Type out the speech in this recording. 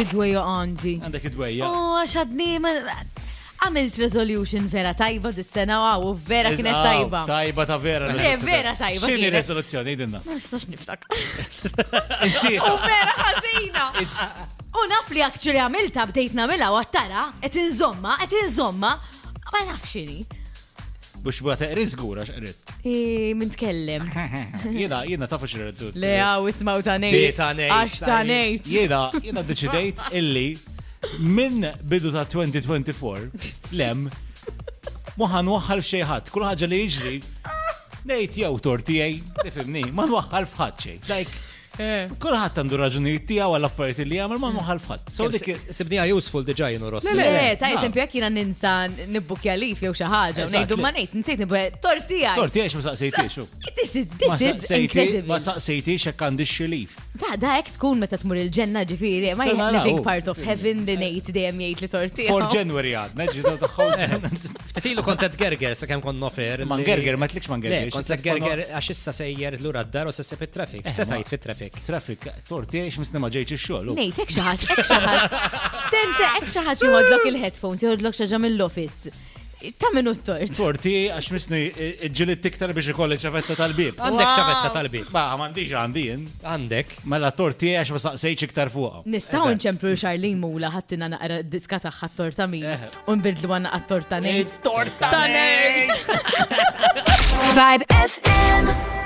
id-dwejja għandi. Għandek id-dwejja. Oh, għaxadni, għamilt resolution vera tajba dis-sena għaw, vera Eż- kienet aw, tajba. Tajba oh, ta' vera. Le, risoluzzjoni. vera tajba X'inhi kienet. risoluzzjoni jidinna? Ma nistax niftak. U Insieta. vera ħażina. U naf li actually għamilta bdejt namela u għattara, et inżomma, et inżomma, ma nafxini. Bux bua ta' rizgura xqrit. Min tkellem. Jena, jena ta' fux risoluzzjoni. Le għaw ismaw ta' nejt. Dej ta' nejt, Għax ta' ta' nejt. nejt. Jena, jena deċidejt illi minn bidu ta' 2024 lem muħan waħħal f'xejħat. Kull ħaġa li jiġri nejt jew tortijaj, tifimni, ma nwaħħal f'ħadd xejn. Like, Eh. kulħadd għandu raġunijiet tiegħu għal affarijiet li jagħmel ma Mm. nwaħħal f'ħadd. So dik Sibnija useful diġa jenu rossi. Le, Le, le, ta' no. jesempju jek jina ninsa nibbukja li jew xi ħaġa, u Eżatt, ngħidu le. ma ngħid, nsejt nibbukja tortija. tortijaj ma saqsejtiex. u. This is Ma this is saqsejtiex, ma incredible. saqsejtiex hekk għandi xilif. Da, da, ek tkun meta tmur il-ġenna ġifiri, ma Sena jgħid living law. part of heaven li ngħid dejjem jgħid li tortija. For January għadna, ġidu taħħol. Tilu kontet gerger, sa' kem kon nofer. Man li- gerger, ma tlikx man gerger. Le, kontet gerger, għax issa sejjer l-ura d-dar u s-sib il-trafik. Se Eh, ma- tajt fit-trafik. Traffic, torti, għiex misna ma ġejċ il-xol. Nejt, ek xaħat, ek xaħat. Sense, ek xaħat jħodlok il-headphones, jħodlok xaġa mill-office. Ta' minu t-tort. Torti, għax misni ġilit tiktar biex ikolli ċafetta tal-bib. Għandek Wow. ċavetta talbi. Ba, għandiġ għandijin. Għandek. Mela torti għiex ma saqsejċ iktar fuq. Nistaw Eżatt. nċemplu xarlin mula ħattina naqra diska taħħa t-torta mi. Eh. Unbidlu għanna għat-torta nejt. Torta nejt! Vibe FM.